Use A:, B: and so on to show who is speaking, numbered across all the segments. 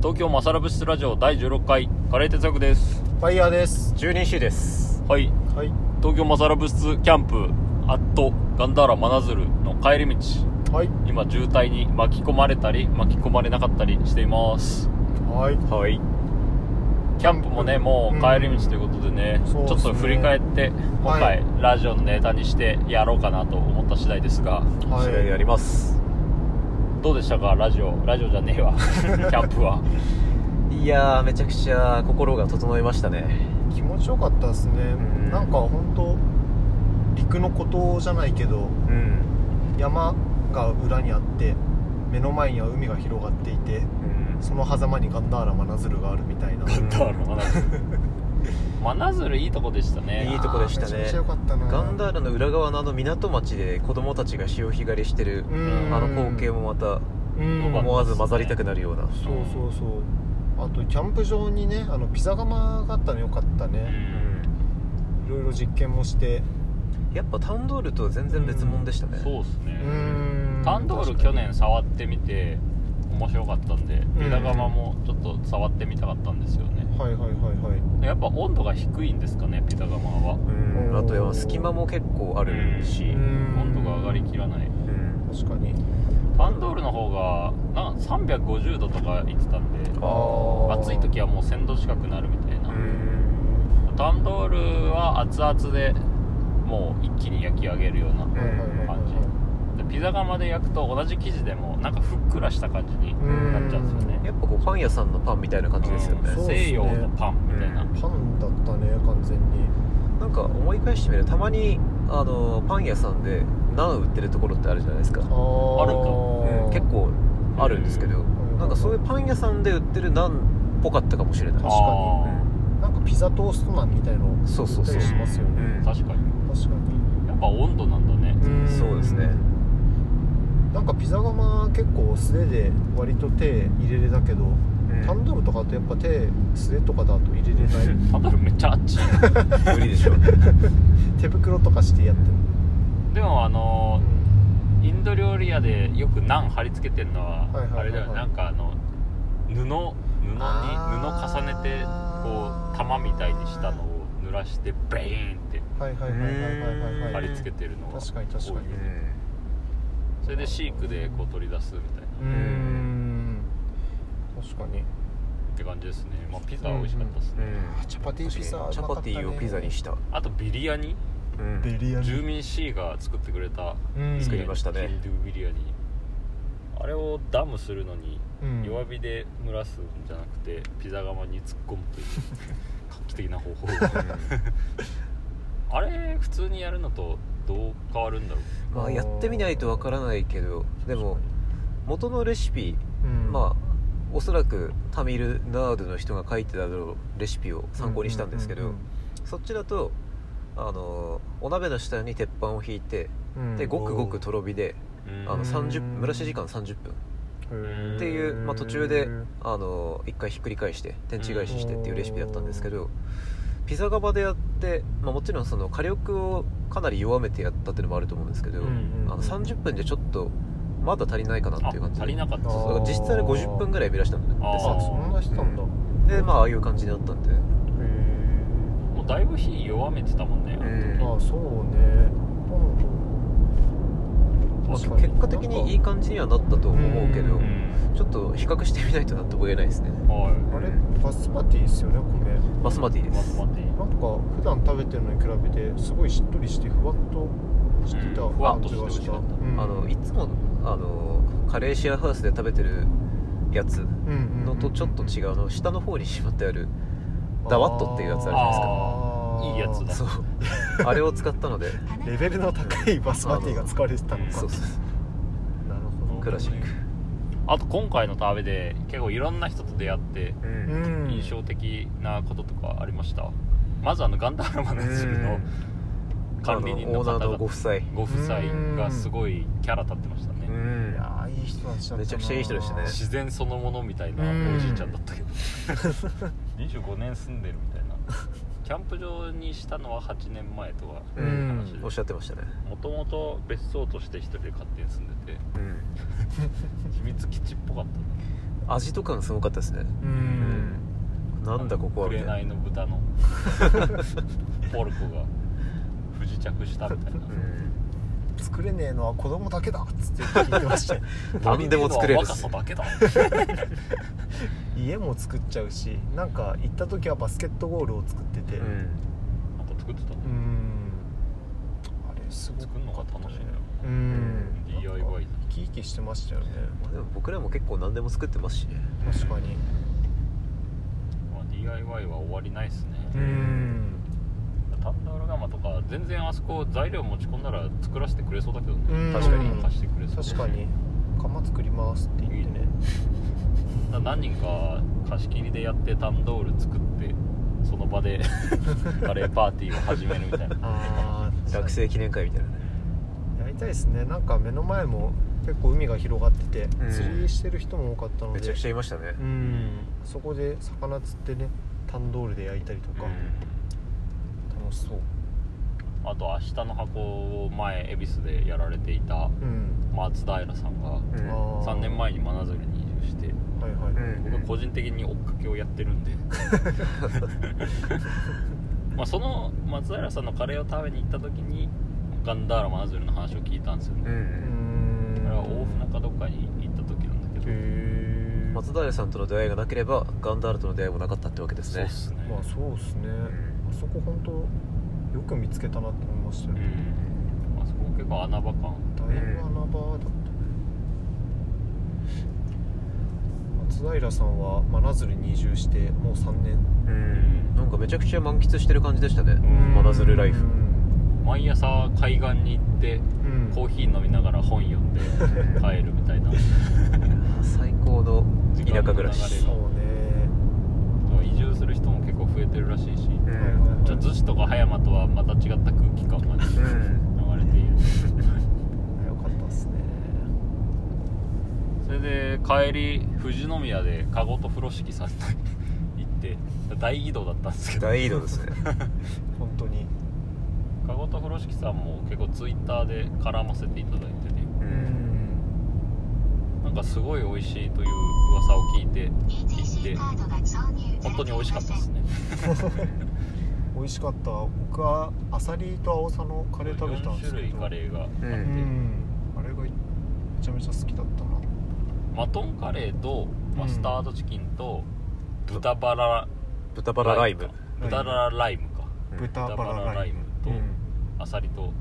A: 東京マサラブスラジオ第16回カレー哲学です
B: ファイヤーです。
C: 十人衆です
A: はい
B: はい。
A: 東京マサラブスキャンプアットガンダーラマナズルの帰り道
B: はい。
A: 今渋滞に巻き込まれたり巻き込まれなかったりしています
B: はい。
C: はい
A: キャンプもねもう帰り道ということでね、
B: そう
A: ち
B: です
A: ょ
B: ね
A: っと振り返って今
B: は
A: 回
B: い
A: ラジオのネタにしてやろうかなと思った次第ですが
B: は
C: 次第であ
B: い。
C: ります
A: どうでしたかラジオラジオじゃねえ わキャンプはい
C: やーめちゃくちゃ心が整いましたね
B: 気持ちよかったですね
C: ん。
B: なんか本当陸の孤島じゃないけど、
C: うん、
B: 山が裏にあって、目の前には海が広がっていて、
C: うん、
B: その狭間にガンダーラマナズルがあるみたいな。
A: だからマナズルマナズルいいとこでしたね
C: いいとこでしたね
B: あーめちゃくちゃよかったな。
C: ガンダーラの裏側のあの港町で子供たちが潮干狩りしてる
B: うん
C: あの光景もまた
B: うん。
C: 思わず混ざりたくなるような
B: そうそうそう。あとキャンプ場にね、あのピザ窯があったのよかった
A: う
B: ね。
A: ん
B: いろいろ実験もして。
C: やっぱタンドールとは全然別物でしたね
A: そうです
B: う
A: ね
B: ん。
A: タンドール去年触ってみて面白かったんで
B: ん
A: 枝釜もちょっと触ってみたかったんですよね
B: はいはいはいはい。
A: やっぱ温度が低いんですかねピザ窯は
C: うんあとは隙間も結構あるし
B: う
A: 温
B: ん
A: 度が上がりきらない
C: うん
B: 確かに
A: タンドールの方がなんか350度とか言ってたんで
C: あー
A: 暑い時はもう1000度近くなるみたいな
C: うん
A: タンドールは熱々でもう一気に焼き上げるような
B: はいはいはいはい
A: 感でピザ窯で焼くと同じ生地でもなんかふっくらした感じになっちゃうんですよね
C: やっぱこうパン屋さんのパンみたいな感じですよね
A: うん
B: そう
A: 西洋のパンみたいな、
C: う
B: パンだったね完全に
C: なんか思い返してみるとたまにあのパン屋さんでナン売ってるところってあるじゃないですか、
B: あ
A: ある
C: うん結構あるんですけど、
B: ん
C: なんかそういうパン屋さんで売ってるナンっぽかったかもしれない
B: 確
A: あ
B: か
A: ー
B: なんかピザトーストマンみたいの
C: にそうそう
B: 売った
C: そう
B: りしますよね
C: うん
A: 確かに
B: 確かに
A: やっぱ温度なんだ ね
B: ん
C: そうですね
B: なんかピザ窯結構素手で割と手入れれたけど、
C: うん
B: タンドルとかだとやっぱ手素手とかだと入れれない
A: タンドルめっちゃ熱い
C: 無理でしょう
B: 手袋とかしてやってる
A: でもあのインド料理屋でよくナン貼り付けてるのは
B: はいはいはいはい
A: あれだよねなんかあの布布に布重ねてこ
B: あ
A: う
B: ー
A: 玉みたいにしたのを濡らしてベーンって
B: はいはいはいはいはいはいはい
A: 貼り
C: うん
A: 付けてるのは
B: 確かに確
A: 多
B: かに
A: いよねそれで飼育でこう取り出すみたいな
B: うーん確かに
A: って感じですねまあピザは美味しかったですね、
B: あチャパティピザ
C: チャパティをピザに
B: し
C: した、
A: あとビリヤニ
C: うん
B: ビリヤニ
A: 住民 C が作ってくれた
B: うん
C: 作りましたね
A: ヒンドゥービリヤニあれをダムするのに
B: うん
A: 弱火で蒸らすんじゃなくてピザ窯に突っ込む という画期的な方法 あれ普通にやるのとどう変わるんだろう
C: まあやってみないとわからないけどでも元のレシピ
B: うん
C: まあおそらくタミルナードの人が書いてただろうレシピを参考にしたんですけど、
B: うん
C: そっちだとあのお鍋の下に鉄板を引いて、
B: うんうん
C: でごくごくとろ火で
A: うん
C: あの30
B: うん
C: 蒸らし時間30分
B: うん
C: っていう、まあ、途中であの一回ひっくり返して天地返ししてっていうレシピだったんですけどピザ窯でやって、まあ、もちろんその火力をかなり弱めてやったっていうのもあると思うんですけど、
B: うんうん
C: あの30分でちょっとまだ足りないかなっていう
A: あ
C: 感じ
A: 足り
C: で
A: なかった
B: あー
C: だから実際で50分ぐらい蒸らしたんです
A: あー
C: よ
B: あそんなしてたんだ
C: う
B: へ
C: でまあああいう感じになったんで
B: え
A: もうだいぶ火弱めてたもんね、
B: あそうね
C: まあ
B: 確かに
C: 結果的にいい感じにはなったと思うけど
B: う
A: うん
C: ちょっと比較してみないとなんとも言えないですね
A: は
B: あれバスパティですよね米
C: バスマティ
A: い
C: で
A: まず
C: す
A: 待っていい
B: なんか普段食べてるのに比べてすごいしっとりしてふわっとしてた
A: うんふわっ
B: 感
A: として
B: じ
A: 美味し
B: がし
A: か
B: た
A: った
B: うん
C: あのいつもあのカレーシェアハウスで食べてるやつ
B: うんうんうん
C: のとちょっと違うの下の方にしまってあるダワットっていうやつあるじゃないですか
B: あー
A: いいやつだ
C: そうあれを使ったので
B: レベルの高いバスマティが使われてたのか
C: そうそう
B: なるほど
C: クラシック
A: あと今回の旅で結構いろんな人と出会って
C: う
B: うんん
A: 印象的なこととかありました、まずあのガンダムマネズルの
C: あの
A: 管理人の
C: オー
A: 方
C: ナー
A: 々
C: のご夫妻
A: ご夫妻がすごいキャラ立ってましたね、
B: いやーいい人たちだったな
C: めちゃくちゃいい人でしたね
A: 自然そのものみたいな
B: うん
A: おじいちゃんだったけ ど25年住んでるみたいなキャンプ場にしたのは8年前とは
C: う
B: うん
C: んおっしゃってましたね
A: もともと別荘として一人で勝手に住んでて
C: うん
A: 秘密基地っぽかった
C: 味とかがすごかったですね
B: う
C: うんなんだここはみたいな
A: 紅の豚 のポルコが不時着したみたいな
C: うん
B: 作れねえのは子供だけだっつって聞いてましたよ
C: 何でも作れるっ
A: 若
C: す
A: さだけだ
B: 家も作っちゃうしなんか行った時はバスケットゴールを作ってて
C: う
B: うん
C: ん
A: なんか作ってたの
B: あれすご
A: 作るのが楽しいんだよ
B: うん
A: DIY
B: 生き生きしてましたよね
C: まあでも僕らも結構何でも作ってますしね
B: 確かに
A: まあ DIY は終わりないっすね
B: うん
A: タンダーラガマとか全然あそこ材料持ち込んだら作らせてくれそうだけど
B: う
A: ね
B: ん
C: 確かに
A: 貸してくれそうだし
B: 確かに釜作りますって言ってね
A: だから何人か貸し切りでやってタンドール作ってその場で カレーパーティーを始めるみたいな
B: ああ
C: 学生記念会みたいなね
B: やりたいですねなんか目の前も結構海が広がってて、
C: うん
B: 釣りしてる人も多かったので
C: めちゃくちゃいましたね
B: うんそこで魚釣ってねタンドールで焼いたりとか、楽しそう
A: あと明日の箱を前恵比寿でやられていた
B: うん、
A: 松平さんが
C: うん
B: あー
A: 3年前に真鶴に移住して
B: はいはい、
C: うん
A: 僕は個人的に追っかけをやってるんでまあその松平さんのカレーを食べに行った時にガンダーラ真鶴の話を聞いたんですよ
C: う
A: ね、
C: ん
A: あれは
B: う
A: 大船かどっかに行った時なんだけど、
B: へえ
C: 松平さんとの出会いがなければガンダールとの出会いもなかったってわけです
A: そう
C: ね
A: っすね
B: まあそうですね、
C: ん
B: あそこ本当よく見つけたなって思いましたよ
A: う
B: ね、
A: んあそこ結構穴場感
B: だいぶ穴場だった、松平さんは真鶴に移住してもう3年
C: うんなんかめちゃくちゃ満喫してる感じでしたね
A: ん
C: 真鶴ライフ
B: うん
A: 毎朝海岸に行ってコーヒー飲みながら本読んで帰るみたいな
C: 最高の田舎暮
A: 時間の流
C: ら
A: れ
C: し
A: が
B: そうね
A: 移住する人も結構増えてるらしいし
C: う
B: はいはいはい
C: ん
A: じゃあ逗子とか葉山とはまた違った空気感がね
C: うん
A: 流れている
B: よかったっすね
A: それで帰り富士宮でカゴと風呂敷さんに行って大移動だったんですけど
C: 大移動ですね
B: 本当に
A: カゴと風呂敷さんも結構ツイッターで絡ませていただいてね
C: う
B: うん
A: なんかすごい美味しいという噂を聞いて行って本
D: 本
A: 当
D: 当
A: に美
D: に
A: 味
D: 美味
A: し
D: し
A: か
D: か
A: っで
D: ったたですす
A: ね
B: 美味しかった僕はアサリとアオサのカレー食べたんで
A: 4種
B: すけ
A: 類
B: ど
A: カレーがあって、
C: うん
B: うんあれがめちゃめちゃ好きだったな
A: マトンカレーとマスタードチキンと豚バラ
C: 豚バラライム
A: か豚バラライムか
C: うん
B: 豚バラライム
A: 豚バラライムアサリと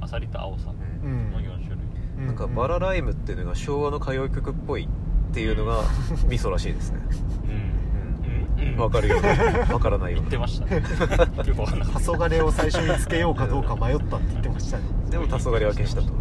A: アサリとアオサ
C: うん
B: うん
A: の4種類、
B: う
C: なんかバラライムっていうのが昭和の歌謡曲っぽいっていうの が味噌らしいですね
A: うんうん
C: わかるようなわからないよ
A: 言っ
C: う
A: てましたね よくわかんなかっ
B: 黄昏を最初につけようかどうか迷ったって言ってましたね
C: なでも黄昏は消したと
A: た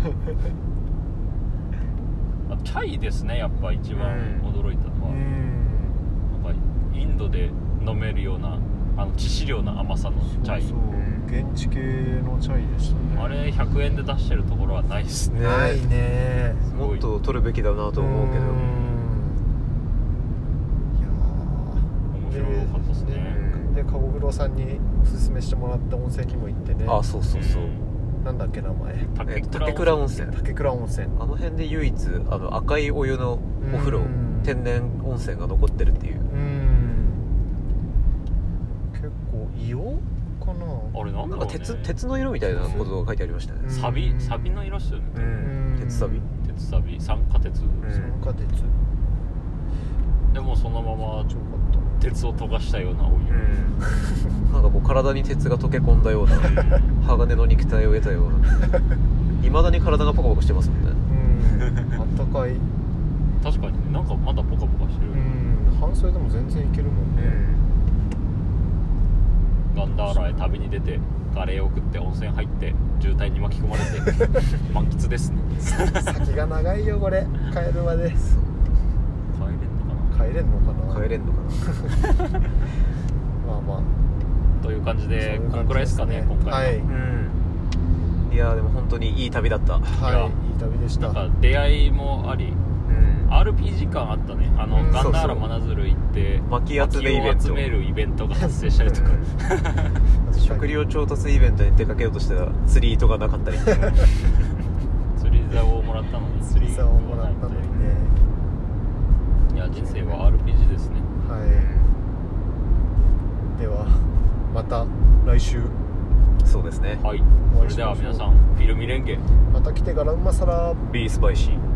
A: あチャイですねやっぱ一番
C: うん
A: 驚いたのは、
B: ん
A: なんかインドで飲めるようなあの致死量な甘さのチャイ
B: そうそう現地系のチャイでしたね
A: あれ100円で出してるところはないですね
C: ね
B: ないね
A: すご
C: もっ
A: い
C: と取るべきだなと思うけど
B: うんいやー
A: 面白かったですね
C: うん
B: で籠黒さんにおすすめしてもらった温泉にも行ってね
C: あそうそうそう
B: なんだっけ名前
A: 竹
C: え
A: 倉
C: 竹倉温泉
B: 竹倉温泉
C: あの辺で唯一あの赤いお湯のお風呂
B: うん
C: 天然温泉が残ってるってい
B: う
C: う
B: ん結構硫黄かな
A: あれなんだ
C: な
A: ろ
C: ん
A: う、
C: か
A: ね、
C: 鉄鉄の色みたいなことが書いてありましたね
B: うん
A: サビサビの色っすよね、
C: うん鉄サビ
A: 鉄サビ酸化鉄、
C: ん
B: 酸化鉄超
A: でもそのまま
B: 良かった
A: 鉄を溶かしたようなお湯、
C: なんかこう体に鉄が溶け込んだような 鋼の肉体を得たようないまだに体がポカポカしてますもんね
B: うんあったかい
A: 確かになんかまだポカポカしてる、
B: うん半袖でも全然いけるもんね
A: ガンダーラへ旅に出てカレーを食って温泉入って渋滞に巻き込まれて満喫ですね
B: 先が長いよこれ帰るまで
A: 帰れんのか
B: 帰れんのかな
C: 帰れんのか な
B: まあまあ
A: なという感じ
B: そうい
A: で
B: う感じ
A: こんくらいですかね今回は、
B: はい
C: うんいやーでも本当にいい旅だった
B: はいいい旅でした
A: なんか出会いもあり
C: うんあ
A: RPG 感あったねあの、
B: う
A: ガ
B: ん
A: ンダー
C: そうそ
A: ラ
C: う
A: 真鶴行って
C: 薪集めイベ
A: 薪
C: ント
A: を集めるイベントが発生したりとか
C: 食料調達イベントに出かけようとしたら釣り糸がなかったり
A: 釣り竿をもらったのに
B: 釣り竿をもらったのにね
A: いや人生は RPG ですね
B: はいではまた来週
C: そうですね
A: はい
B: お
A: そ
B: 会い
A: れ
B: し
A: で
B: ましょう
A: は皆さんフィルミレンゲ
B: また来てからうまさら
C: ビースパイシー